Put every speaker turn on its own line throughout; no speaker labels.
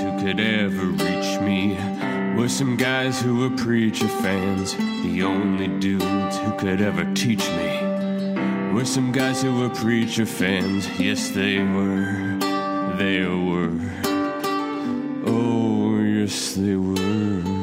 ever reached me were some guys who were preacher fans. The only dudes who could ever teach me were some guys who were preacher fans. Yes, they were. They were. Oh, yes, they were.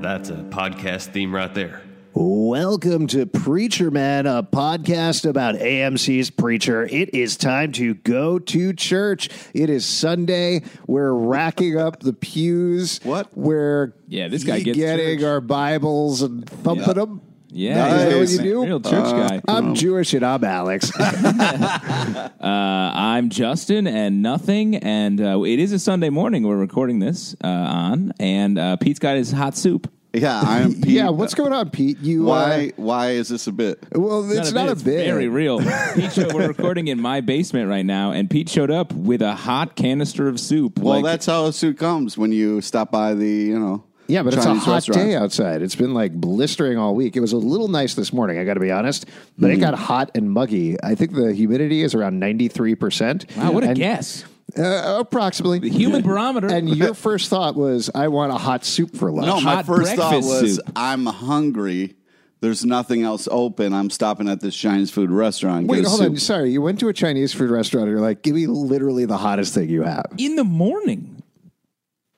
That's a podcast theme right there.
Welcome to Preacher Man, a podcast about AMC's Preacher. It is time to go to church. It is Sunday. We're racking up the pews.
What?
We're
Yeah, this guy gets
getting
church.
our Bibles and thumping them.
Yeah, Um,
Nice.
he's a
What you do? Uh.
Real church guy.
I'm Jewish and I'm Alex.
Uh, I'm Justin and nothing. And uh, it is a Sunday morning. We're recording this uh, on, and uh, Pete's got his hot soup.
Yeah, I'm Pete.
yeah, what's going on, Pete? You
Why? Why is this a bit?
Uh, well, it's not a bit.
Very real. Pete, showed, we're recording in my basement right now, and Pete showed up with a hot canister of soup.
Well,
like,
that's how a suit comes when you stop by the, you know.
Yeah, but it's
Chinese
a hot
restaurant.
day outside. It's been like blistering all week. It was a little nice this morning, I got to be honest, but
Hmm.
it got hot and muggy. I think the humidity is around 93%.
wow, what a
And-
guess.
Uh,
The
approximately.
human barometer.
And your first thought was, I want a hot soup for lunch.
No, my
hot
first thought
breakfast
was
soup.
I'm hungry. There's nothing else open. I'm stopping at this Chinese food restaurant. and get
Wait,
a
hold
soup.
on. Sorry, you went to a Chinese food restaurant and you're like, give me literally the hottest thing you have.
in the morning.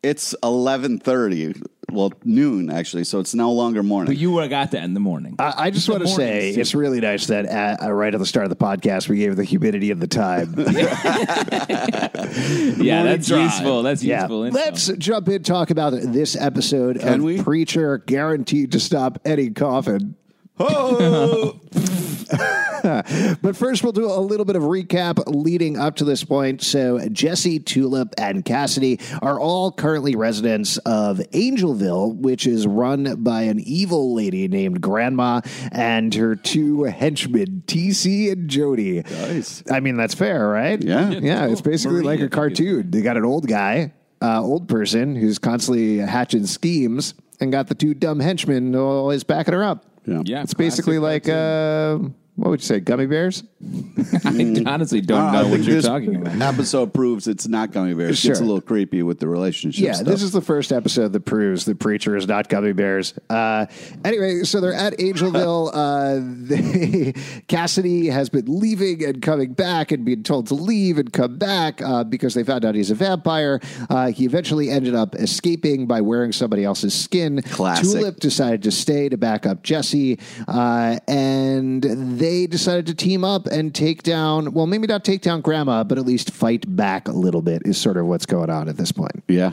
It's 11:30. Well, noon actually. So it's no longer morning.
But you were- got that in the morning.
I, I just want to
morning
say
soup.
it's really nice that at, uh, right at the start of the podcast, we gave the humidity of the time.
yeah, that's
drive.
useful. That's
yeah.
useful. info.
Let's jump in, talk about this episode
Can
of
we?
Preacher Guaranteed to Stop Any Coffin.
oh,
But first, we'll do a little bit of recap leading up to this point. So, Jesse, Tulip, and Cassidy are all currently residents of Angelville, which is run by an evil lady named Grandma and her two henchmen, TC and Jody.
Nice.
I mean, that's fair, right?
Yeah. Yeah,
Yeah. It's basically
Maria,
like a
I think it's-
cartoon. They got an old guy, uh, old person who's constantly hatching schemes, and got the two dumb henchmen always backing her up.
Yeah.
Yeah,
It's basically like
classic
uh, what would you say, gummy bears?
cartoon. I honestly
Ah,
don't
I
know what
think
you're
this
talking about.
Episode proves it's not gummy bears. It's
Sure.
a little creepy with the relationship.
Yeah,
stuff.
this is the first episode that proves the preacher is not gummy bears. Uh, anyway, so they're at Angelville. uh, they, Cassidy has been leaving and coming back and being told to leave and come back uh, because they found out he's a vampire. Uh, he eventually ended up escaping by wearing somebody else's skin.
Classic.
Tulip decided to stay to back up Jesse, uh, and they decided to team up and take down, well, maybe not take down Grandma, but at least fight back a little bit, is sort of what's going on at this point.
yeah.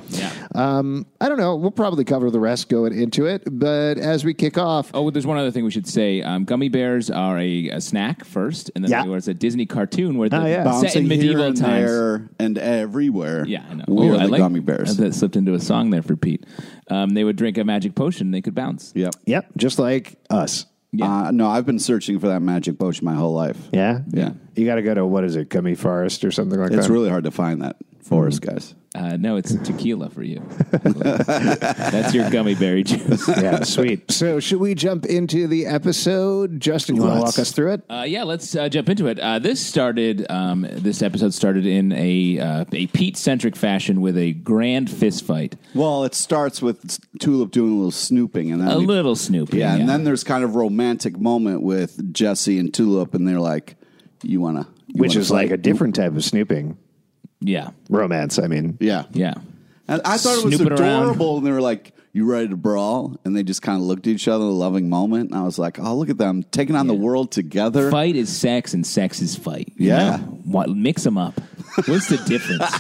Um, I don't know. We'll probably cover the rest going into it, but as we kick off,
Oh, well, there's one other thing we should say. Um, gummy bears are a, a snack first, and then
Yeah.
they were it's a Disney cartoon where
Oh,
they're
yeah.
set in
Bouncing
medieval
here and
times.
there and everywhere.
Yeah, I know.
We
Ooh,
are
I
the
like-
gummy bears.
That slipped into a song there for Pete. Um, they would drink a magic potion. They could bounce.
Yep.
yep, just like us.
Uh, no, I've been searching for that magic potion my whole life.
Yeah,
Yeah.
You got to go to what is it, Gummy Forest or something like
It's
that.
really hard to find that for us guys.
Uh, no, it's tequila for you. That's your gummy berry juice.
yeah, sweet. So, should we jump into the episode? Justin, you want to
Let's.
walk us through it?
Uh, yeah, let's uh, jump into it. Uh, this started. Um, this episode started in a uh, a Pete centric fashion with a grand fist fight,
Well, it starts with Tulip doing a little snooping, and then
a
we-
little Snoopy.
yeah, and then there's kind of romantic moment with Jesse and Tulip, and they're like, "You wanna?" you
Which
wanna
is like
fight?"
a different type of snooping
yeah,
romance. I mean,
yeah,
yeah.
And I thought it was
Snooping around.
adorable, and they were like, "You ready to brawl?" And they just kind of looked at each other, in a loving moment. And I was like, "Oh, look at them taking on the world together."
Fight is sex, and sex is fight. you
Yeah.
know? What, mix them up. What's the difference?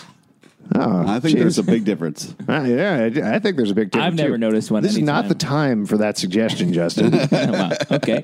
I think
Jeez.
there's a big difference.
Uh, yeah, I, I think there's a big difference.
I've never
too.
noticed one
This is not
anytime.
the time for that suggestion, Justin.
Oh, wow. Okay.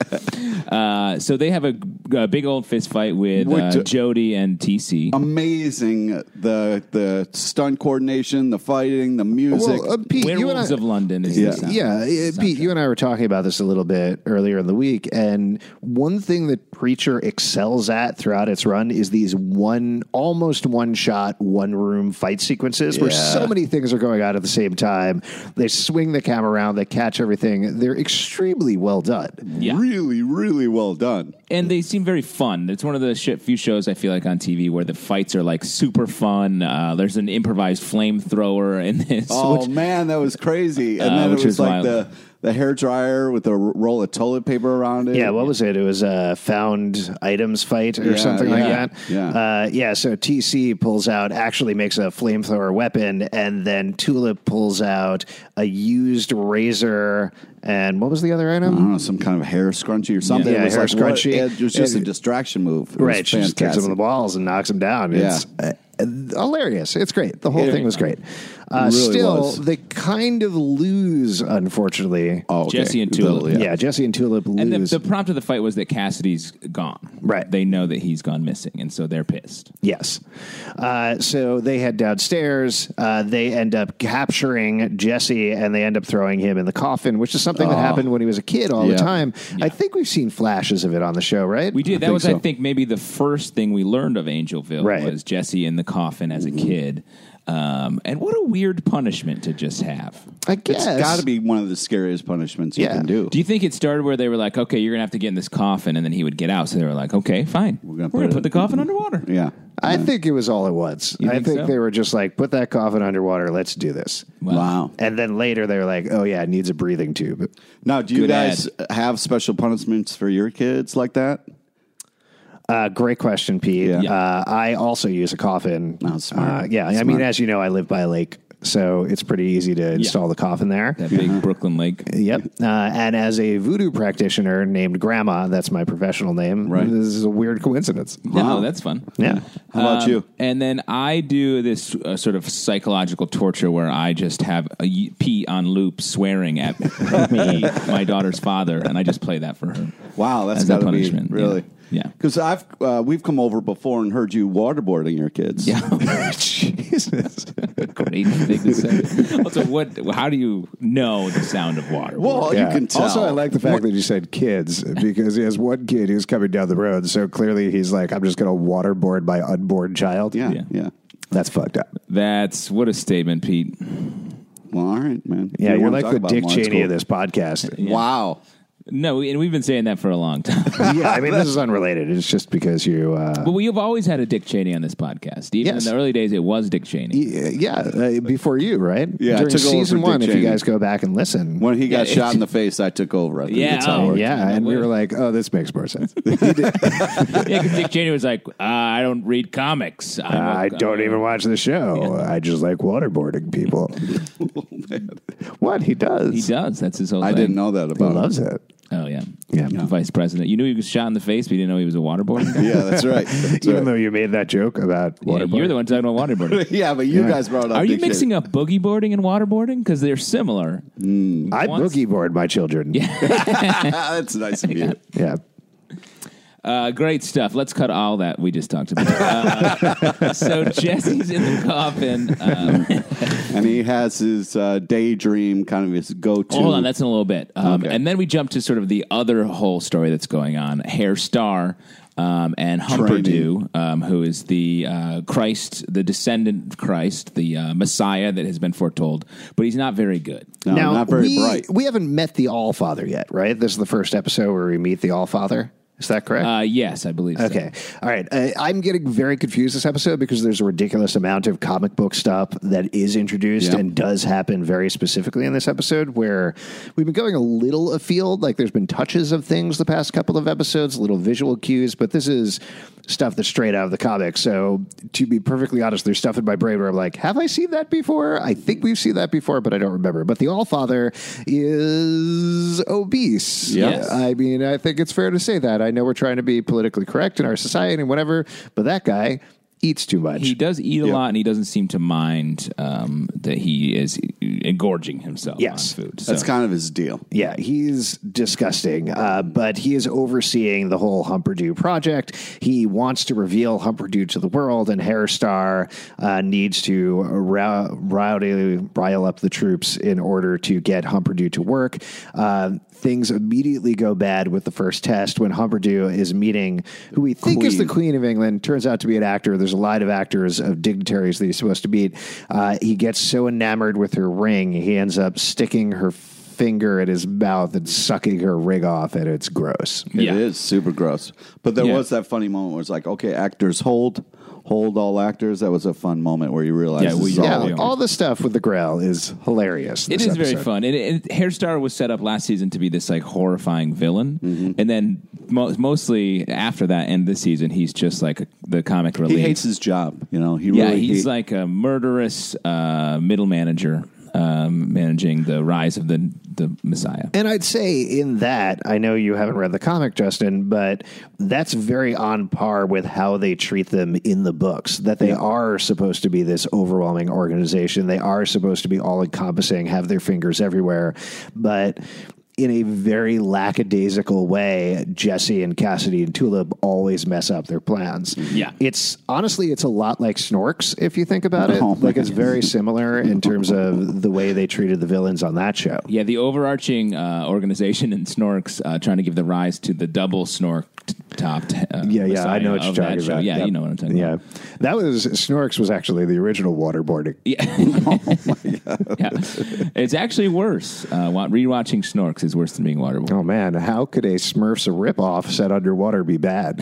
Uh, so they have a, a big old fist fight with
With
uh,
Jo- Um,
Jody and TC.
Amazing the the stunt coordination, the fighting, the music.
well, uh, Pete, you and I,
Werewolves of London is
Yeah.
the sound.
Yeah, uh, Pete, you and I were talking about this a little bit earlier in the week, and one thing that Preacher excels at throughout its run is these one, almost one shot, one room fight sequences where
Yeah.
so many things are going on at the same time. They swing the camera around, they catch everything. They're extremely well done.
Yeah.
Really, really really well done.
and they seem very fun. It's one of the sh- few shows I feel like on TV where the fights are like super fun. Uh, there's an improvised flamethrower in this.
Oh
which-
man, that was crazy. And
Uh,
then it
which
was,
was
like
wild.
the the hair dryer with a r- roll of toilet paper around it.
Yeah, what was it? It was a found items fight or
Yeah,
something like
yeah,
that.
yeah.
Uh, yeah, so TC pulls out, actually makes a flamethrower weapon, and then Tulip pulls out a used razor. And what was the other
I
item?
don't know, some kind of hair scrunchie or something.
Yeah,
it was
hair
like, what-
scrunchie.
yeah, it was just a
And-
distraction move. It was
right, she just kicks him in the balls and knocks him down.
Yeah.
It's uh, hilarious. It's great. The whole
It-
thing was great. Uh,
It really
still,
was.
they kind of lose, unfortunately.
Oh, okay.
Jesse and
The-
Tulip.
Yeah, Jesse and Tulip lose.
And the, the prompt of the fight was that Cassidy's gone.
Right.
They know that he's gone missing, and so they're pissed.
Yes. Uh, so they head downstairs. Uh, they end up capturing Jesse and they end up throwing him in the coffin, which is something that happened when he was a kid all
Oh. Yeah.
the time. I think we've seen flashes of it on the show, right?
We did. that
think
was,
so.
I think, maybe the first thing we learned of Angelville
Right.
was Jesse in the coffin as a
Mm-hmm.
kid. Um, and what a weird punishment to just have.
I guess.
It's got to be one of the scariest punishments
Yeah.
you can do.
Do you think it started where they were like, okay, you're going to have to get in this coffin, and then he would get out? So they were like, okay, fine. We're
gonna
going
put
to
it-
put the coffin underwater.
yeah.
I think it was all at once. I think,
think so?
they were just like, put that coffin underwater. Let's do this.
Wow.
And then later they were like, oh, yeah, it needs a breathing tube.
Now, do you
Good
guys have special punishments for your kids like that?
Uh, great question, Pete.
Yeah.
Uh, I also use a coffin.
Oh, smart.
Uh, yeah, I mean, as you know, I live by a lake, so it's pretty easy to install the coffin there.
That big Brooklyn Lake.
Yep. Uh, and as a voodoo practitioner named Grandma, that's my professional name.
Right.
This is a weird coincidence.
No, that's fun.
Yeah.
How about
Um,
you?
And then I do this uh, sort of psychological torture where I just have a y- P on loop swearing at me, my daughter's father, and I just play that for her.
Wow, that's
As a
got to be
punishment, yeah.
really.
Yeah.
Because I've uh, we've come over before and heard you waterboarding your kids.
Jesus.
Great thing to say. Also, what? How do you know the sound of water?
Well,
Yeah.
you can tell.
Also, I like the fact that you said kids because he has one kid who's coming down the road. So clearly he's like, I'm just going to waterboard my unborn child.
Yeah, yeah.
Yeah.
That's fucked up.
That's what a statement, Pete.
Well, all right, man.
Yeah,
You
you're
wanna
like
talk
the
about
Dick
more, it's
Cheney
cool.
of this podcast.
Wow.
No, and we've been saying that for a long time.
yeah, I mean, this is unrelated. It's just because you. Uh,
But we have always had a Dick Cheney on this podcast. Even
Yes.
in the early days, it was Dick Cheney.
yeah, uh, before you, right?
Yeah, I
During
took over for
season
Dick
one, if you
Cheney.
guys go back and listen,
When he got
Yeah,
shot in the face, I took over. I think
Yeah,
that's how it
oh,
worked.
yeah, and we
Where-
were like, oh, this makes more sense.
Yeah, because Dick Cheney was like, uh, I don't read comics. I'm a-
I don't e- even watch the show. I just like waterboarding people. what he does,
He does. That's his whole
I
thing.
didn't know that
he
about him.
loves it.
Oh, yeah.
Yeah.
Vice president. You knew he was shot in the face, but you didn't know he was a waterboarder? guy?
Yeah, that's right. That's
Even
right.
though you made that joke about
Yeah,
waterboarding,
you're the one talking about waterboarding.
yeah, but you guys brought up.
Are you
Dick Cheney.
mixing up boogie boarding and waterboarding? Because they're similar.
I
once-
boogie board my children. Yeah,
that's nice of you.
yeah.
Uh, great stuff. Let's cut all that we just talked about. Uh, so Jesse's in the coffin. Um,
and he has his uh, daydream, kind of his go-to.
Hold on, that's in a little bit. Um,
Okay.
And then we jump to sort of the other whole story that's going on. Hair Star um, and
Training.
Humperdew, um, who is the uh, Christ, the descendant of Christ, the uh, Messiah that has been foretold, but he's not very good.
no,
now
not very
we,
bright.
we haven't met the All Father yet, right? This is the first episode where we meet the All Father. Is that correct?
Uh, yes, I believe so.
Okay. All right. Uh, I'm getting very confused this episode because there's a ridiculous amount of comic book stuff that is introduced
Yeah.
and does happen very specifically in this episode where we've been going a little afield. Like there's been touches of things the past couple of episodes, little visual cues, but this is stuff that's straight out of the comic. So to be perfectly honest, there's stuff in my brain where I'm like, have I seen that before? I think we've seen that before, but I don't remember. But the All Father is obese.
Yes.
I I mean, I think it's fair to say that. I know we're trying to be politically correct in our society and whatever, but that guy eats too much.
He does eat a lot, and he doesn't seem to mind um, that he is engorging himself
Yes.
on food. So.
That's kind of his deal.
yeah, he's disgusting, uh, but he is overseeing the whole Humperdew project. He wants to reveal Humperdew to the world, and Hairstar uh, needs to rou- rowdy, rile up the troops in order to get Humperdew to work. Uh, things immediately go bad with the first test when Humperdew is meeting who we think is the Queen of England, turns out to be an actor. There's a line of actors, of dignitaries that he's supposed to meet. Uh, he gets so enamored with her ring, he ends up sticking her finger in his mouth and sucking her ring off, and it's gross.
It is
Yeah.
super gross. But there
Yeah.
was that funny moment where it's like, okay, actors hold, hold all actors. That was a fun moment where you realize
Yeah,
this
we-
is
yeah,
all
Yeah, all the stuff with the Grail is hilarious.
It
this
is very
episode.
fun. And, and Hairstar was set up last season to be this like horrifying villain,
Mm-hmm.
and then mo- mostly after that and this season, he's just like a, the comic relief.
He hates his job. You know, he
yeah,
really
he's
he-
like a murderous uh, middle manager um, managing the rise of the the Messiah.
And I'd say in that, I know you haven't read the comic, Justin, but that's very on par with how they treat them in the books. That they are supposed to be this overwhelming organization. They are supposed to be all encompassing, have their fingers everywhere. But in a very lackadaisical way, Jesse and Cassidy and Tulip always mess up their plans.
Yeah.
It's honestly, it's a lot like Snorks if you think about it.
Oh,
like
man.
it's very similar in terms of the way they treated the villains on that show.
Yeah, the overarching uh, organization in Snorks uh, trying to give the rise to the double Snork t- top. t- uh,
Yeah, yeah, I know
Messiah
what you're
of that
talking
show.
about.
Yeah,
Yep.
you know what I'm talking
yeah.
about.
that was Snorks was actually the original waterboarding.
Yeah, it's actually worse. Uh, wa- rewatching Snorks is worse than being waterboarded.
Oh man, how could a Smurfs ripoff set underwater be bad?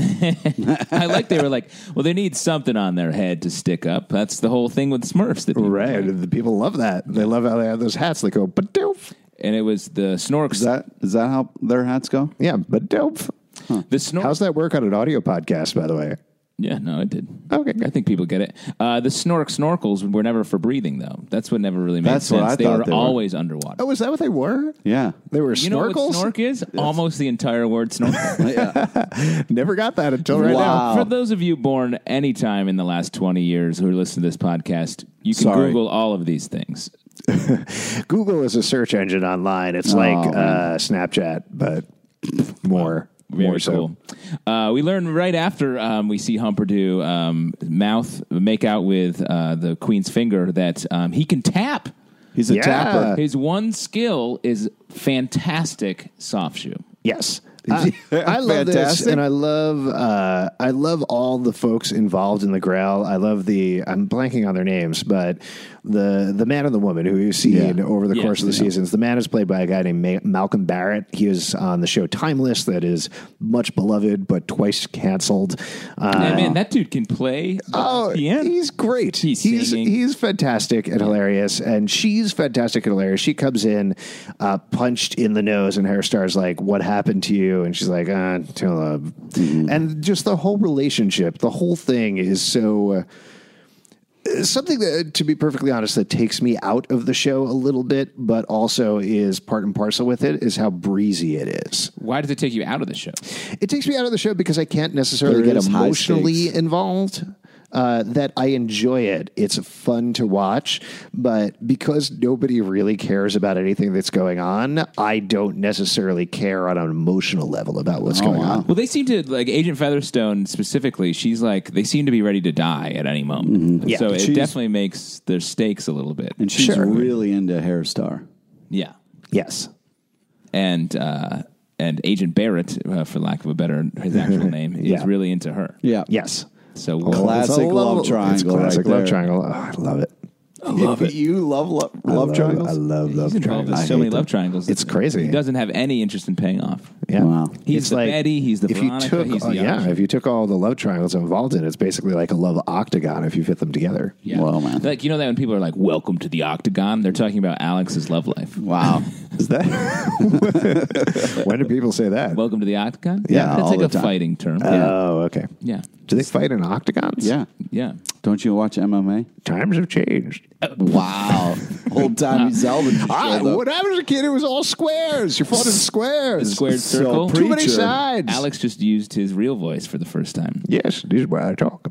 I like they were like, well, they need something on their head to stick up. That's the whole thing with Smurfs. That people
right,
like.
the people love that. They love how they have those hats that go but dope.
And it was the Snorks.
Is that is that how their hats go?
Yeah, but dope.
the Snorks.
How's that work on an audio podcast, by the way?
yeah, no, it did.
Okay, good.
I think people get it. Uh, the Snork snorkels were never for breathing, though. That's what never really made
That's what
sense.
I
they
thought
were
they were.
always underwater.
Oh, is that what they were?
Yeah.
They were
you know
snorkels.
what snork is? Almost the entire word snorkel.
Never got that until right
Wow.
For those of you born any time in the last 20 years who are listening to this podcast, you can
Sorry.
Google all of these things.
now. Google is a search engine online. It's like
Oh,
man.
uh, Snapchat, but more,
Very
more so.
cool. Uh, we learn right after um, we see Humperdew um, mouth make out with uh, the Queen's finger that um, he can tap.
He's a
Yeah.
tapper.
His one skill is fantastic soft shoe.
Yes. I, I love this,
Fantastic.
and I love uh, I love all the folks involved in the Grail. I love the I'm blanking on their names, but the the man and the woman who you see
Yeah.
in over the
Yeah,
course of the
yeah.
seasons. The man is played by a guy named Ma- Malcolm Barrett. He was on the show Timeless, that is much beloved but twice canceled. Uh,
Yeah, man, that dude can play the
Oh,
piano.
he's great.
He's
he's,
singing.
he's fantastic and hilarious, and she's fantastic and hilarious. She comes in, uh, punched in the nose, and her star's like, "What happened to you?" And she's like, "Uh, to love," and just the whole relationship, the whole thing is so. Uh, something that, to be perfectly honest, that takes me out of the show a little bit, but also is part and parcel with it is how breezy it is.
Why does it take you out of the show?
It takes me out of the show because I can't necessarily
There
get
is high
emotionally
stakes.
involved. Uh, that I enjoy it. It's fun to watch, but because nobody really cares about anything that's going on, I don't necessarily care on an emotional level about what's going
Oh, wow.
on.
Well, they seem to like Agent Featherstone specifically. She's like they seem to be ready to die at any moment.
Mm-hmm. Yeah.
so it
She's-
definitely makes their stakes a little bit.
And she's
Sure.
really into Hairstar.
Yeah,
Yes.
and uh, and Agent Barrett, uh, for lack of a better his actual name,
Yeah. Oh,
is really into her.
Yeah.
Yes.
So
Classic
It's a
love triangle
It's classic
right
love
there.
triangle. Oh, I love it.
I love it. You love love,
I
love triangles?
I love
he's
love
involved in
triangles.
so many love triangles.
It's crazy.
He doesn't have any interest in paying off.
Yeah.
Wow.
He's the Betty, he's the
if
Veronica,
you took,
he's the
oh, yeah,
Archie.
if you took all the love triangles involved in it, it's basically like a love octagon if you fit them together.
Wow, man.
Like you know that when people are like, "Welcome to the Octagon," they're talking about Alex's love life.
Wow.
Is that when do people say that?
Welcome to the Octagon.
Yeah,
that's
all
like
the
a
time.
fighting term.
oh, okay.
yeah,
Do they fight in octagons?
yeah.
yeah.
Don't you watch MMA?
Times have changed.
Wow. Old timey Zelda. just
Ah,
showed up.
when I was a kid, it was all squares. You fought in squares.
Squared
So
circle.
pretty-
Too many
Preacher.
sides.
Alex just used his real voice for the first time.
Yes, this is what I talk.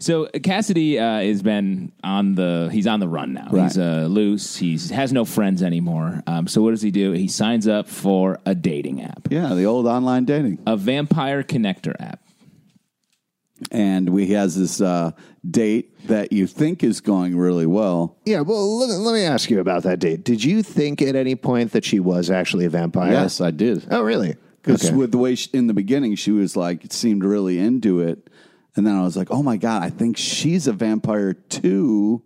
So Cassidy uh, has been on the he's on the run now.
Right.
He's uh, loose. He's has no friends anymore. Um, so what does he do? He signs up for a dating app,
Yeah, the old online dating.
a vampire connector app.
And we has this uh, date that you think is going really well.
Yeah, well, let, let me ask you about that date. Did you think at any point that she was actually a vampire?
Yes, I did.
Oh, really?
Because with the way she, in the beginning she was like it seemed really into it, and then I was like, oh my god, I think she's a vampire too.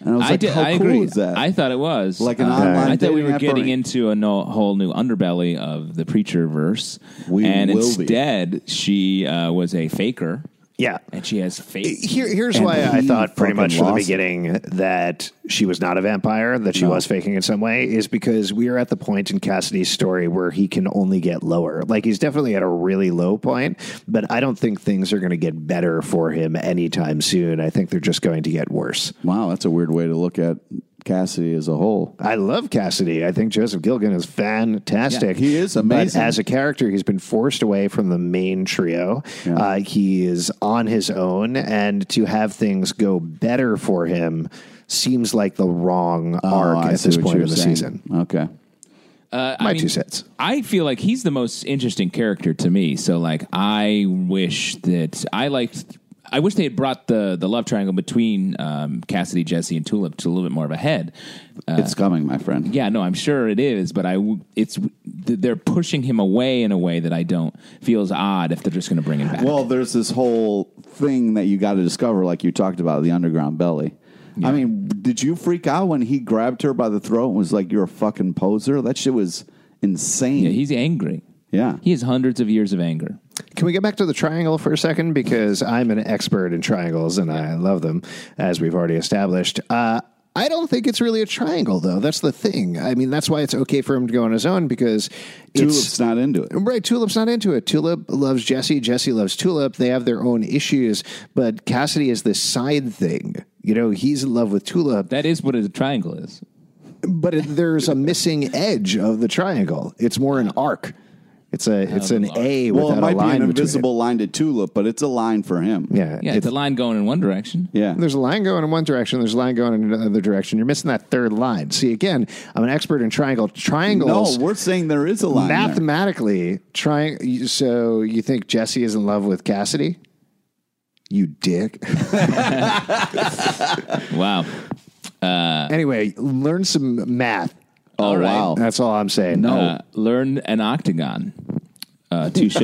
And I was like,
did-
how
I
cool
agree.
is that?
I thought it was
Like an
Uh,
online
I thought we
dating
were
app
getting
already.
into a no, whole new underbelly of the preacher verse,
We
and
will be.
instead she uh, was a faker,
Yeah.
and she has
E-
fake.
Here, here's why I
he
thought pretty
fucking
much from the
lost it.
beginning that she was not a vampire, that she was faking in some way, is because we are at the point in Cassidy's story where he can only get lower. Like he's definitely at a really low point, but I don't think things are going to get better for him anytime soon. I think they're just going to get worse.
wow, that's a weird way to look at Cassidy as a whole.
I love Cassidy. I think Joseph Gilgan is fantastic.
Yeah, he is amazing.
But as a character, he's been forced away from the main trio. Uh, he is on his own, and to have things go better for him seems like the wrong
Oh,
arc
I
at
see
this
what
point
you're
of the
saying.
season.
Okay.
Uh,
My
I mean,
two cents.
I feel like he's the most interesting character to me. So like, I wish that I liked. I wish they had brought the the love triangle between um, Cassidy, Jesse, and Tulip to a little bit more of a head. Uh,
it's coming, my friend.
Yeah, no, I'm sure it is, but I w- it's th- they're pushing him away in a way that I don't feels odd if they're just going to bring him back.
Well, there's this whole thing that you got to discover, like you talked about, the underground belly. I mean, did you freak out when he grabbed her by the throat and was like, "You're a fucking poser"? That shit was insane.
yeah, he's angry.
Yeah.
He has hundreds of years of anger.
Can we get back to the triangle for a second? Because I'm an expert in triangles and I love them, as we've already established. Uh, I don't think it's really a triangle, though. That's the thing. I mean, that's why it's okay for him to go on his own because it's
Tulip's not into it.
Right, Tulip's not into it. Tulip loves Jesse. Jesse loves Tulip. They have their own issues, but Cassidy is this side thing. You know, he's in love with Tulip,
That is what a triangle is.
but it, there's a missing edge of the triangle. It's more an arc. It's a it's an A
Well,
without
it
a
might be
line
an
between it.
invisible line to Tulip, but it's a line for him.
Yeah,
Yeah, it's, a line going in one direction.
Yeah.
There's a line going in one direction. There's a line going in another direction. You're missing that third line. See, again, I'm an expert in triangle
no,
triangles.
we're saying there is a line. there.
mathematically trying so you think jesse is in love with cassidy you dick
Wow.
anyway learn some math
Oh,
All right.
wow.
that's all i'm saying
No.
Uh, learn an octagon. Uh, touche.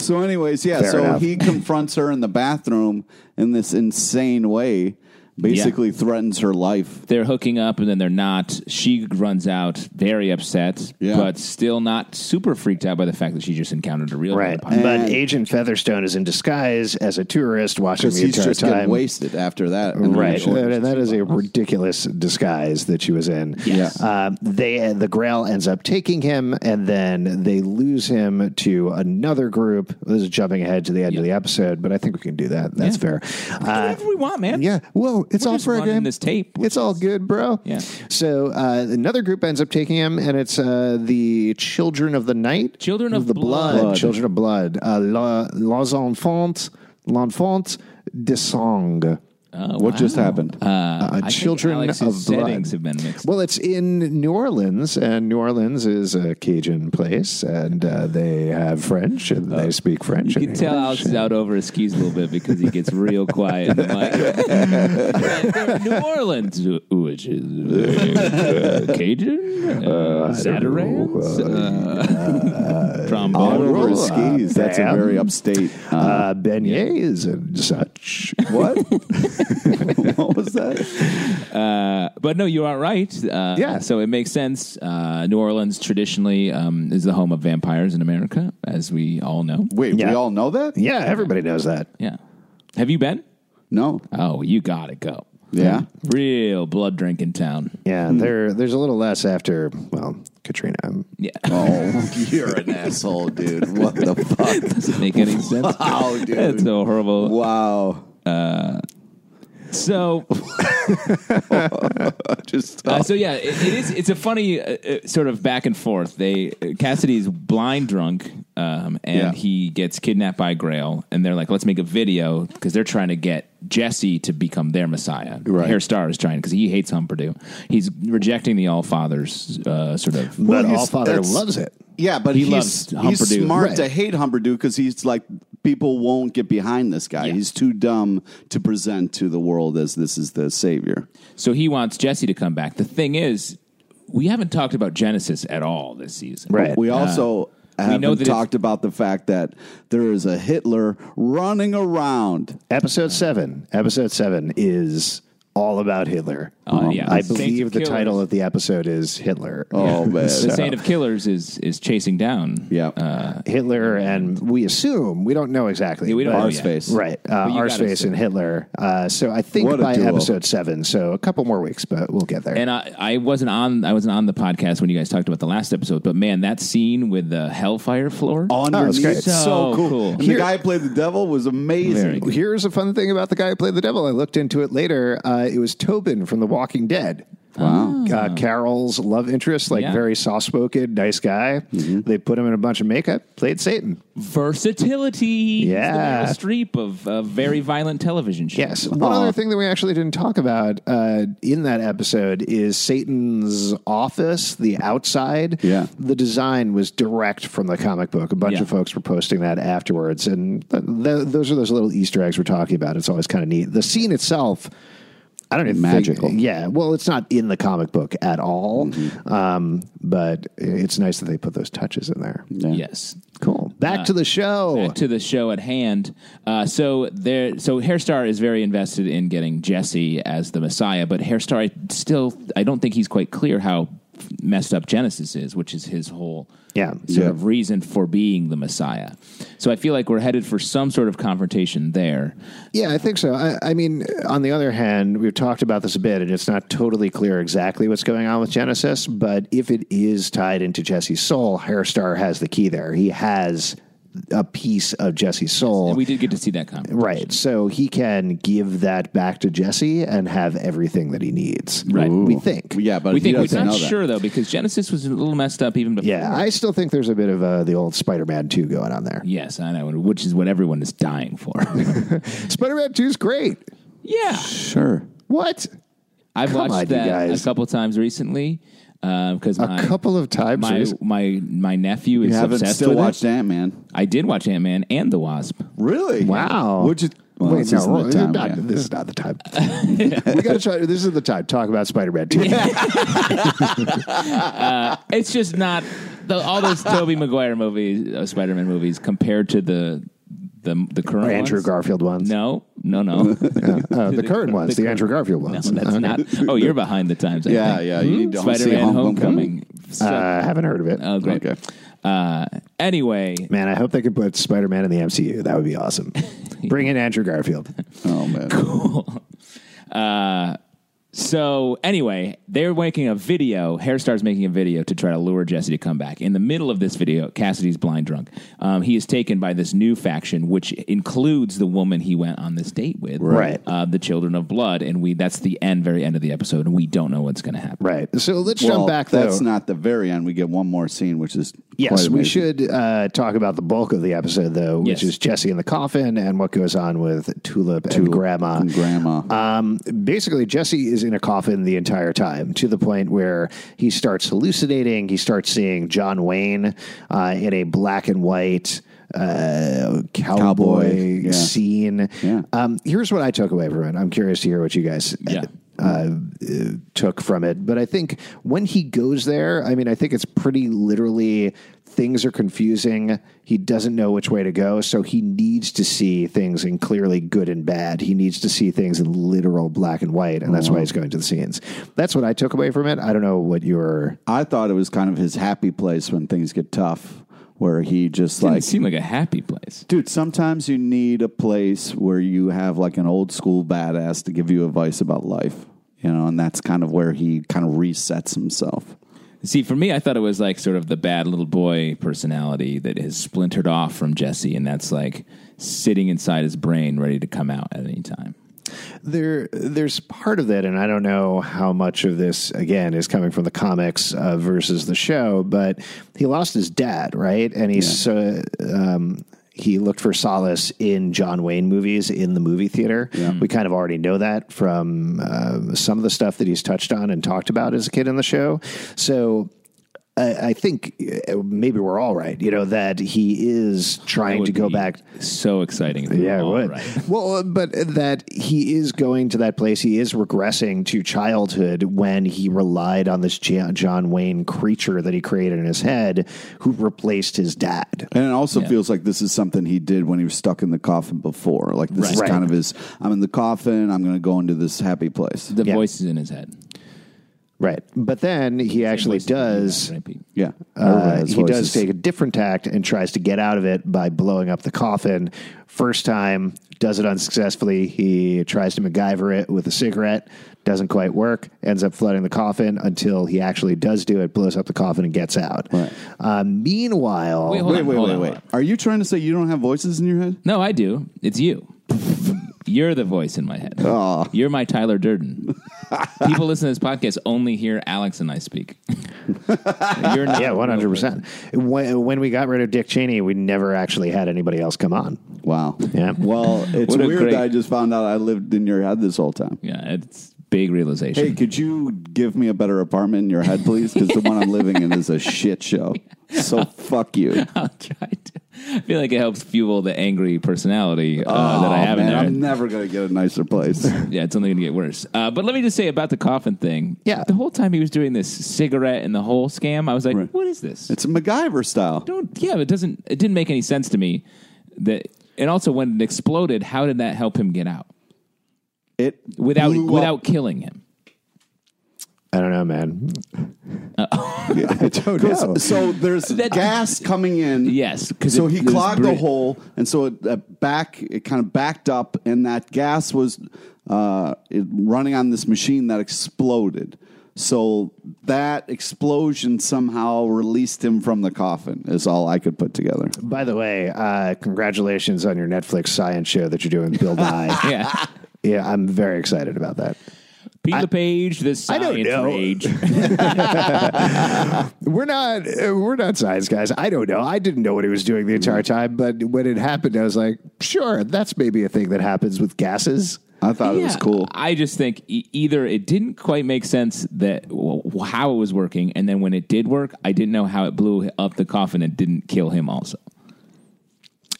So, anyways, yeah.
Fair
so
enough.
he confronts her in the bathroom in this insane way, basically threatens her life.
they're hooking up and then they're not. She runs out very upset,
Yeah.
but still not super freaked out by the fact that she just encountered a real
right
vampire.
but
And-
agent featherstone is in disguise as a tourist watching
Because
the
he's
entire
just
time
getting wasted after that.
Right,
interaction.
That- that is a ridiculous disguise that she was in.
Yes.
Uh, they the Grail ends up taking him, and then they lose him to another group. This is jumping ahead to the end of the episode, but I think we can do that. That's
Yeah.
fair. Uh,
Whatever we want, man.
yeah, well, it's
We're
all
just
for a
running
game.
this tape.
It's all good, bro.
Yeah.
So uh, another group ends up taking him, and it's uh, the Children of the Night,
Children of
the
Blood.
blood. Children of Blood, uh, la, les enfants, l'enfant de sang.
What just happened?
Uh,
I think
children
Alex's
of blood.
settings have been mixed.
Well, it's in New Orleans, and New Orleans is a Cajun place, and uh, they have French, and they speak French.
Uh,
Uh,
You
and
can tell
English.
Alex is out over his skis a little bit because he gets real quiet. in the mic. New Orleans, which is uh, Cajun, uh, Saturans, uh,
All
trombone.
over his
Roll-up,
skis. That's a
man.
very upstate. Uh,
uh, beignets and such.
what? what was that?
Uh, But no, you are right. Uh,
Yeah.
So it makes sense. Uh, New Orleans traditionally um, is the home of vampires in America, as we all know.
Wait,
Yeah.
we all know that?
Yeah, everybody knows that.
Yeah. Have you been?
No.
Oh, you got to go.
Yeah.
Real blood drinking town.
Yeah,
Hmm.
there, there's a little less after, well, Katrina.
Yeah.
Oh, you're an asshole, dude. What the fuck?
Doesn't make any sense.
Wow, dude.
That's so horrible.
Wow.
So,
Just
uh, so yeah, it, it is. It's a funny uh, uh, sort of back and forth. They uh, Cassidy's blind drunk, um, and
Yeah.
he gets kidnapped by Grail, and they're like, "Let's make a video" because they're trying to get Jesse to become their messiah.
Right.
Hair Star is trying because he hates Humperdew. He's rejecting the All Fathers, uh, sort of.
But
he's-
All Father
that's-
loves it.
Yeah, but
He
he's,
loves
he's
Humperdew.
smart
Right.
to hate Humperdew because he's like people won't get behind this guy. He's too dumb to present to the world as this is the savior.
So he wants Jesse to come back. The thing is, we haven't talked about Genesis at all this season.
Right.
We also haven't
know that it's-
talked about the fact that there is a Hitler running around.
Episode seven. Episode seven is all about Hitler.
Uh, yeah.
I
Saints of
believe the
Killers.
title of the episode is Hitler. uh,
Oh man,
The Saint of Killers is is chasing down.
yeah.
Hitler and we assume we don't know exactly.
Yeah, we don't
but-
know
Our
yeah.
space,
Right, uh,
you
our
gotta
space and
assume.
Hitler. Uh, so I think
What a
by
duo.
episode seven, so a couple more weeks, but we'll get there.
And I, I wasn't on I wasn't on the podcast when you guys talked about the last episode, but man, that scene with the hellfire floor.
On your
that's
knees,
great.
so,
So
cool.
cool.
And
Here-
the guy who played the devil was amazing.
Here's a fun thing about the guy who played the devil. I looked into it later. Uh, it was Tobin from The Walking Dead. Wow. Uh, Carol's love interest, like
Yeah.
very soft spoken, nice guy. They put him in a bunch of makeup, played Satan.
Versatility.
Yeah.
It's the Meryl Streep of uh, very violent television show.
Yes. One
Aw.
other thing that we actually didn't talk about uh, in that episode is Satan's office, the outside.
Yeah.
The design was direct from the comic book. A bunch
Yeah.
of folks were posting that afterwards. And th- th- those are those little Easter eggs we're talking about. It's always kind of neat. The scene itself. I don't even think-
Magical.
yeah, well, it's not in the comic book at all, um, but it's nice that they put those touches in there.
Yes.
Cool. Back to the show.
Back to the show at hand. Uh, so there, so Hairstar is very invested in getting Jesse as the Messiah, but Hairstar I still, I don't think he's quite clear how messed up Genesis is, which is his whole
Yeah.
sort
Yeah.
of reason for being the Messiah. So I feel like we're headed for some sort of confrontation there.
Yeah, I think so. I, I mean, on the other hand, we've talked about this a bit, and it's not totally clear exactly what's going on with Genesis, but if it is tied into Jesse's soul, Hairstar has the key there. He has a piece of Jesse's soul.
And we did get to see that comment.
right. So he can give that back to Jesse and have everything that he needs.
Right.
We think.
Yeah, but
we
he
think
doesn't
we're not
know that.
sure though because Genesis was a little messed up even before.
Yeah, I still think there's a bit of uh, the old Spider Man 2 going on there.
Yes, I know, which is what everyone is dying for.
Spider Man 2 is great.
yeah.
Sure.
What?
I've
Come
watched
on, you
that
guys.
a couple times recently because
A
my
couple of times.
my,
Reese?
my my nephew
You
is
haven't
obsessed
still
with
watched
it.
Ant Man.
I did watch Ant Man and the Wasp.
Really?
Wow.
Which is well,
Wait,
this
no,
isn't the
we're-
time,
not-
yeah.
this is not the time. we got to try. This is the time. Talk about Spider Man 2.
It's just not the, all those Tobey Maguire movies, uh, Spider Man movies, compared to the the the current
Andrew
ones.
Garfield ones.
No, no, no.
Uh, the current ones, the, Andrew Garfield ones.
That's not. Oh, you're behind the times. I
Yeah,
think.
yeah. You need to
Spider
see
Man
Home-
Homecoming. So-
Uh, I haven't heard of it.
oh, great.
Okay.
Uh, anyway,
Man, I hope they could put Spider Man in the MCU. That would be awesome. Bring in Andrew Garfield.
Oh man.
uh, So anyway, they're making a video. Hairstar's making a video to try to lure Jesse to come back. In the middle of this video, Cassidy's blind drunk. Um, he is taken by this new faction, which includes the woman he went on this date with,
Right.
Uh, the Children of Blood, and we—that's the end, very end of the episode, and we don't know what's going to happen.
Right. So let's
Well,
jump back, though.
that's not the very end. We get one more scene, which is
Yes,
quite
we
amazing.
should uh, talk about the bulk of the episode, though, which
Yes.
is Jesse in the coffin and what goes on with Tulip, and Grandma.
And Grandma.
Um, basically, Jesse is in a coffin the entire time to the point where he starts hallucinating. He starts seeing John Wayne uh, in a black and white uh, cowboy,
Cowboy, yeah.
scene.
Yeah.
Um, here's what I took away from it. I'm curious to hear what you guys
Yeah.
uh, uh, took from it. But I think when he goes there, I mean, I think it's pretty literally things are confusing. He doesn't know which way to go. So he needs to see things in clearly good and bad. He needs to see things in literal black and white. And that's why he's going to the scenes. That's what I took away from it. I don't know what your.
I thought it was kind of his happy place when things get tough, where he just
Didn't
like
seem like a happy place.
Dude, sometimes you need a place where you have like an old school badass to give you advice about life, you know, and that's kind of where he kind of resets himself.
See, for me, I thought it was like sort of the bad little boy personality that has splintered off from Jesse, and that's like sitting inside his brain, ready to come out at any time.
There, there's part of that, and I don't know how much of this again is coming from the comics uh, versus the show. But he lost his dad, right? And he's uh, um, he looked for solace in John Wayne movies in the movie theater. We kind of already know that uh, from um, some of the stuff that he's touched on and talked about as a kid in the show. So I, I think uh, maybe we're all right. You know that he is trying
would
to go
be
back.
So exciting. if we
Yeah, it
were all
would.
right.
Well, uh, but that he is going to that place. He is regressing to childhood when he relied on this Ja- John Wayne creature that he created in his head, who replaced his dad.
And it also feels like this is something he did when he was stuck in the coffin before. Like this
Right.
is
Right.
kind of his. I'm in the coffin. I'm going to go into this happy place.
The
Yeah.
voice is in his head.
Right. But then he actually
Voice is in his
does.
head, right, Pete?
Yeah,
Uh,
Everybody has
he does
voices.
take a different tact and tries to get out of it by blowing up the coffin. First time, does it unsuccessfully. He tries to MacGyver it with a cigarette, doesn't quite work, ends up flooding the coffin until he actually does do it, blows up the coffin, and gets out. Uh, meanwhile,
Wait, hold
Wait,
on,
wait,
hold
wait,
on,
wait.
hold on.
Are you trying to say you don't have voices in your head?
No, I do. It's you. You're the voice in my head. You're my Tyler Durden. People listen to this podcast only hear Alex and I speak. You're not.
yeah,
a real
one hundred percent. When when we got rid of Dick Cheney, we never actually had anybody else come on.
Wow.
Yeah.
Well, it's
What a
weird
great-
that I just found out I lived in your head this whole time.
person. Yeah, it's big realization.
Hey, could you give me a better apartment in your head, please? Because the one I'm living in is a shit show. So fuck you.
I'll try to. I feel like it helps fuel the angry personality uh, that I have
man,
in
I'm
there.
never gonna get a nicer place.
yeah, it's only going to get worse. Uh, but let me just say about the coffin thing.
Yeah.
the whole time he was doing this cigarette and the whole scam, I was like,
Right.
"What is this?"
it's MacGyver style.
don't yeah it doesn't it didn't make any sense to me that and also when it exploded how did that help him get out
It
without
blew up.
without killing him
I don't know, man.
Yeah, I don't know. So there's
That-
gas coming in.
yes because
So he clogged the hole, and so it uh, back it kind of backed up, and that gas was uh, it, running on this machine that exploded. So that explosion somehow released him from the coffin. Is all I could put together.
By the way, uh, congratulations on your Netflix science show that you're doing, with Bill Nye.
yeah
yeah, I'm very excited about that.
Pete LePage the
I
science
don't know.
rage
We're not uh, we're not science guys. I don't know. I didn't know what he was doing the entire time, but when it happened, I was like, sure, that's maybe a thing that happens with gases.
I thought it was
Yeah,
cool.
I just think e- either it didn't quite make sense that w- how it was working and then when it did work I didn't know how it blew up the coffin and didn't kill him also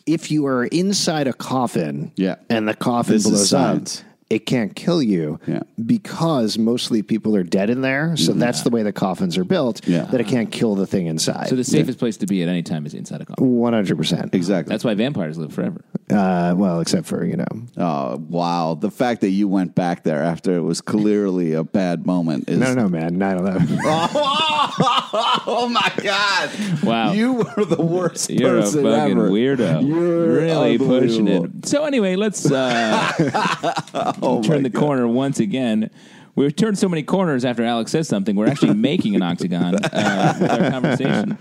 If you are inside a coffin,
Yeah.
and the coffin
This is
blows up,
science.
it can't kill you
Yeah.
because mostly people are dead in there. So that's the way the coffins are built.
Yeah.
That it can't kill the thing inside.
so the safest place to be at any time is inside a coffin
one hundred percent.
Exactly.
that's why vampires live forever
Uh, well, except for you know,
Oh wow! The fact that you went back there after it was clearly a bad moment is.
no, no, man, nine eleven.
oh my god!
Wow.
you were the worst
You're a
person
fucking
ever.
weirdo.
You're
really pushing
unbelievable.
it. So anyway, let's uh,
Oh
turn the corner once again. We've turned so many corners after Alex says something. We're actually making an octagon uh, with our conversation.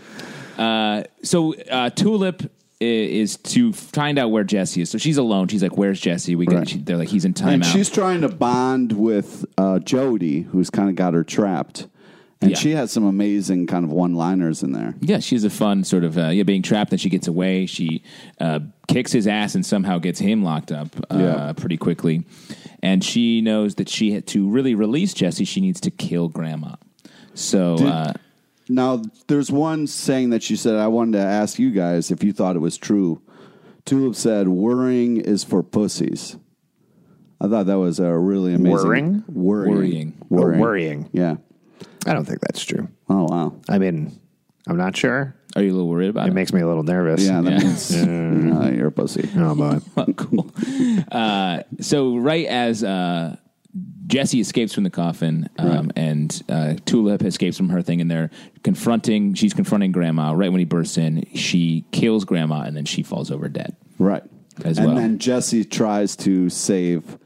Uh, so uh, Tulip i- is to find out where Jesse is. So she's alone. She's like, "Where's Jesse?" We get,
Right.
she, they're like, "He's in
And
timeout."
she's trying to bond with uh, Jody, who's kind of got her trapped. And
Yeah.
she has some amazing kind of one liners in there.
yeah, she's a fun sort of uh, yeah being trapped. Then she gets away. She uh, kicks his ass and somehow gets him locked up uh,
Yeah.
pretty quickly. And she knows that she had to really release Jesse. She needs to kill Grandma. So uh,
Now, there's one saying that she said, I wanted to ask you guys if you thought it was true. Tulip said, Worrying is for pussies. I thought that was a really amazing.
Worrying?
Worrying.
Worrying.
Or worrying.
Yeah.
I don't think that's true.
Oh, wow.
I mean, I'm not sure.
are you a little worried about
It
it?
makes me a little nervous.
Yeah, that
Yeah.
means uh, you're a pussy.
Oh boy.
cool. Uh, so right as uh, Jesse escapes from the coffin, um, and uh, Tulip escapes from her thing, and they're confronting. She's confronting Grandma. Right when he bursts in, she kills Grandma, and then she falls over dead.
Right.
As
and
well.
then Jesse tries to save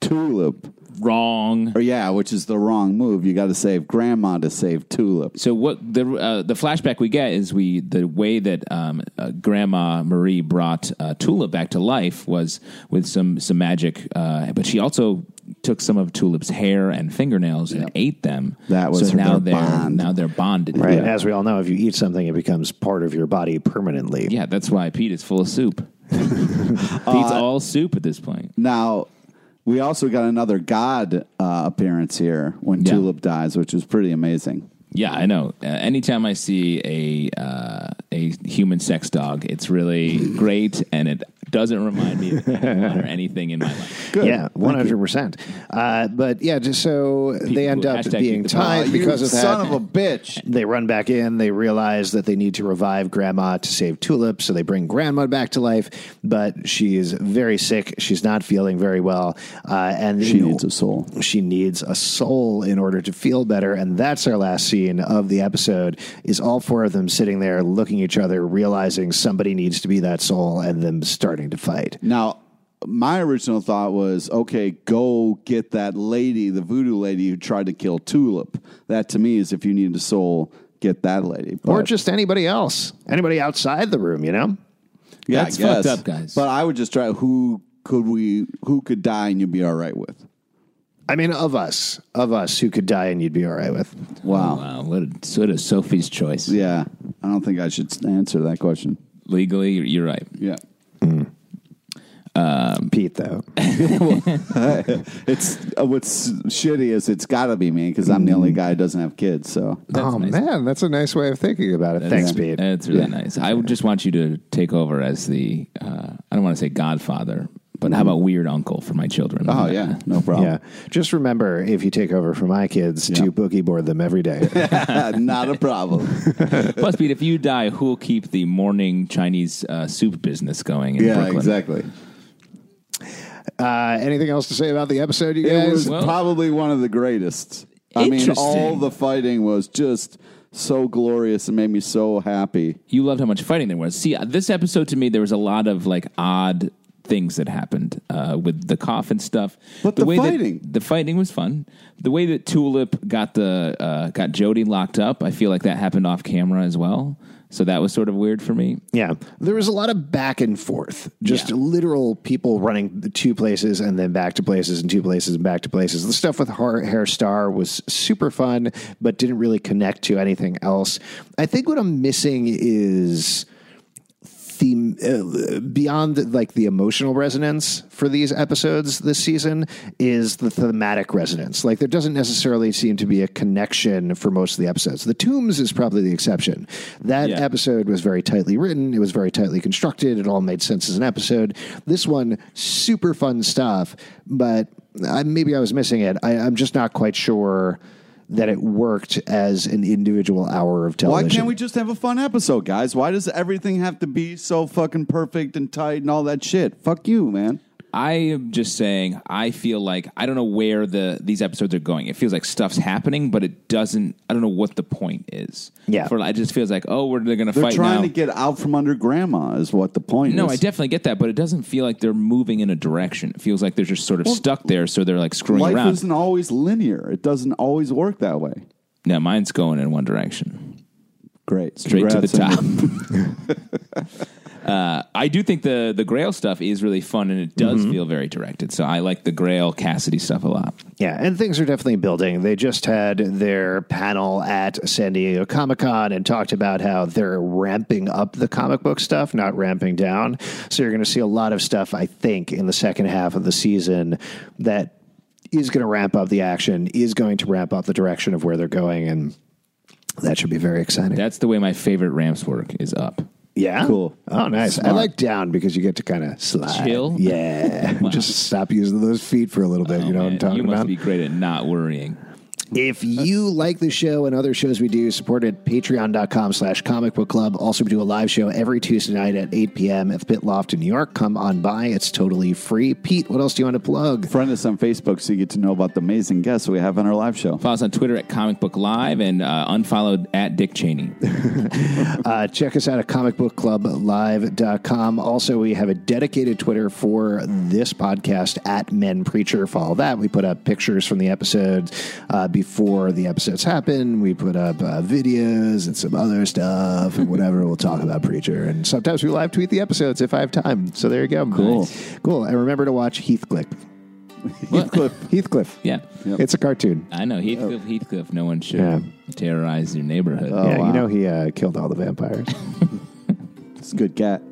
Tulip.
Wrong.
Or yeah, which is the wrong move. You got to save grandma to save Tulip.
So what the uh, the flashback we get is we the way that um, uh, Grandma Marie brought uh, Tulip back to life was with some some magic, uh, but she also took some of Tulip's hair and fingernails and ate them.
That was
so
her-
now
their
they're
bond.
now they're bonded.
Right.
Yeah.
As we all know, if you eat something, it becomes part of your body permanently.
Yeah, that's why Pete is full of soup. Pete's
Uh,
all soup at this point.
Now, we also got another god uh, appearance here when
Yeah.
Tulip dies, which is pretty amazing.
Yeah, I know. Uh, anytime I see a uh, a human sex dog, it's really great, and it doesn't remind me of anyone or anything in my life.
Yeah, one hundred percent. Uh, But yeah, just so they end
who-
up
hashtag
being
keep the power.
tied because
you
of that.
son of a bitch.
they run back in. They realize that they need to revive Grandma to save Tulip, so they bring Grandma back to life. But she is very sick. She's not feeling very well, uh, and
She needs a soul.
She needs a soul in order to feel better, and that's our last scene of the episode. Is all four of them sitting there looking at each other, realizing somebody needs to be that soul, and them starting to fight.
Now, my original thought was, okay, go get that lady, the voodoo lady who tried to kill Tulip. That to me is if you need a soul, get that lady. But,
Or just anybody else, anybody outside the room, you know?
yeah, I
That's fucked
guess.
up, guys.
But I would just try. Who could we? Who could die and you'd be all right with?
I mean, of us, of us who could die and you'd be all right with.
Wow.
Oh, Wow, what a, what a Sophie's choice.
Yeah, I don't think I should answer that question.
Legally, you're- you're right.
Yeah,
Pete, though.
it's uh, what's shitty is it's got to be me because I'm the only guy who doesn't have kids. So
oh, man, that's a nice way of thinking about it. Thanks, Pete.
That's really nice. I would just want you to take over as the uh, I don't want to say godfather, but how about weird uncle for my children?
Mm-hmm. oh yeah, no problem.
yeah. Just remember, if you take over from my kids, to boogie board them every day.
Not a problem.
Plus, Pete, if you die, who'll keep the morning Chinese uh, soup business going? In
yeah,
Brooklyn?
exactly.
uh, anything else to say about the episode, you
It
guys?
was
Well-
probably one of the greatest. I mean,
Interesting.
all the fighting was just so glorious and made me so happy.
You loved how much fighting there was. See, uh, this episode to me, there was a lot of like odd things that happened uh, with the coffin stuff.
But the
way that-
fighting.
the fighting was fun. The way that Tulip got the uh, got Jody locked up, I feel like that happened off camera as well. So that was sort of weird for me.
Yeah. There was a lot of back and forth, just
Yeah.
literal people running to places and then back to places and two places and back to places. The stuff with Har- Hair Star was super fun, but didn't really connect to anything else. I think what I'm missing is theme uh, beyond like the emotional resonance for these episodes this season is the thematic resonance like there doesn't necessarily seem to be a connection for most of the episodes the tombs is probably the exception that
Yeah.
episode was very tightly written it was very tightly constructed it all made sense as an episode this one super fun stuff but I, maybe i was missing it I, i'm just not quite sure that it worked as an individual hour of
Why
television
can't we just have a fun episode, guys? Why does everything have to be so fucking perfect and tight and all that shit? Fuck you, man.
I am just saying I feel like I don't know where the these episodes are going. It feels like stuff's happening, but it doesn't I don't know what the point is.
Yeah.
For it just feels like, oh, we're they're gonna
They're
fight
trying
now.
to get out from under grandma, is what the point
no,
is.
I definitely get that, but it doesn't feel like they're moving in a direction. It feels like they're just sort of stuck there, so they're like screwing
Life
around.
isn't always linear. It doesn't always work that way.
now mine's going in one direction.
Great.
Straight
Congrats
to
on your-
the top. uh, I do think the the Grail stuff is really fun and it does feel very directed. So I like the Grail Cassidy stuff a lot.
Yeah, and things are definitely building. They just had their panel at San Diego Comic Con and talked about how they're ramping up the comic book stuff, not ramping down. So you're going to see a lot of stuff, I think, in the second half of the season that is going to ramp up the action, is going to ramp up the direction of where they're going, and that should be very exciting.
That's the way my favorite ramps work is up.
yeah,
cool.
Oh, nice. I
Smart.
like down because you get to kind of slide.
Chill? Oh,
Yeah, just stop using those feet for a little bit. you know what I'm
Man,
talking
you must
about.
be great at not worrying.
If you like the show and other shows we do, support it at patreon.com slash comic book club. Also, we do a live show every Tuesday night at 8 p.m. at the Pit Loft in New York. Come on by. It's totally free. Pete, what else do you want to plug?
Friend us on Facebook so you get to know about the amazing guests we have on our live show.
Follow us on Twitter at Comic Book Live and uh, unfollowed at Dick Cheney.
Uh, check us out at comicbookclublive.com. Also, we have a dedicated Twitter for this podcast at Men Preacher. Follow that. We put up pictures from the episodes uh, before the episodes happen. We put up uh, videos and some other stuff and whatever. we'll talk about Preacher. And sometimes we live tweet the episodes if I have time. So there you go. Cool. Cool. And remember to watch Heathcliff.
Heathcliff.
Heathcliff.
Yeah.
It's a cartoon.
I know. Heathcliff, Heathcliff. No one should
Yeah. Oh,
terrorize your neighborhood.
yeah,
wow.
you know he uh, killed all the vampires.
It's a good cat.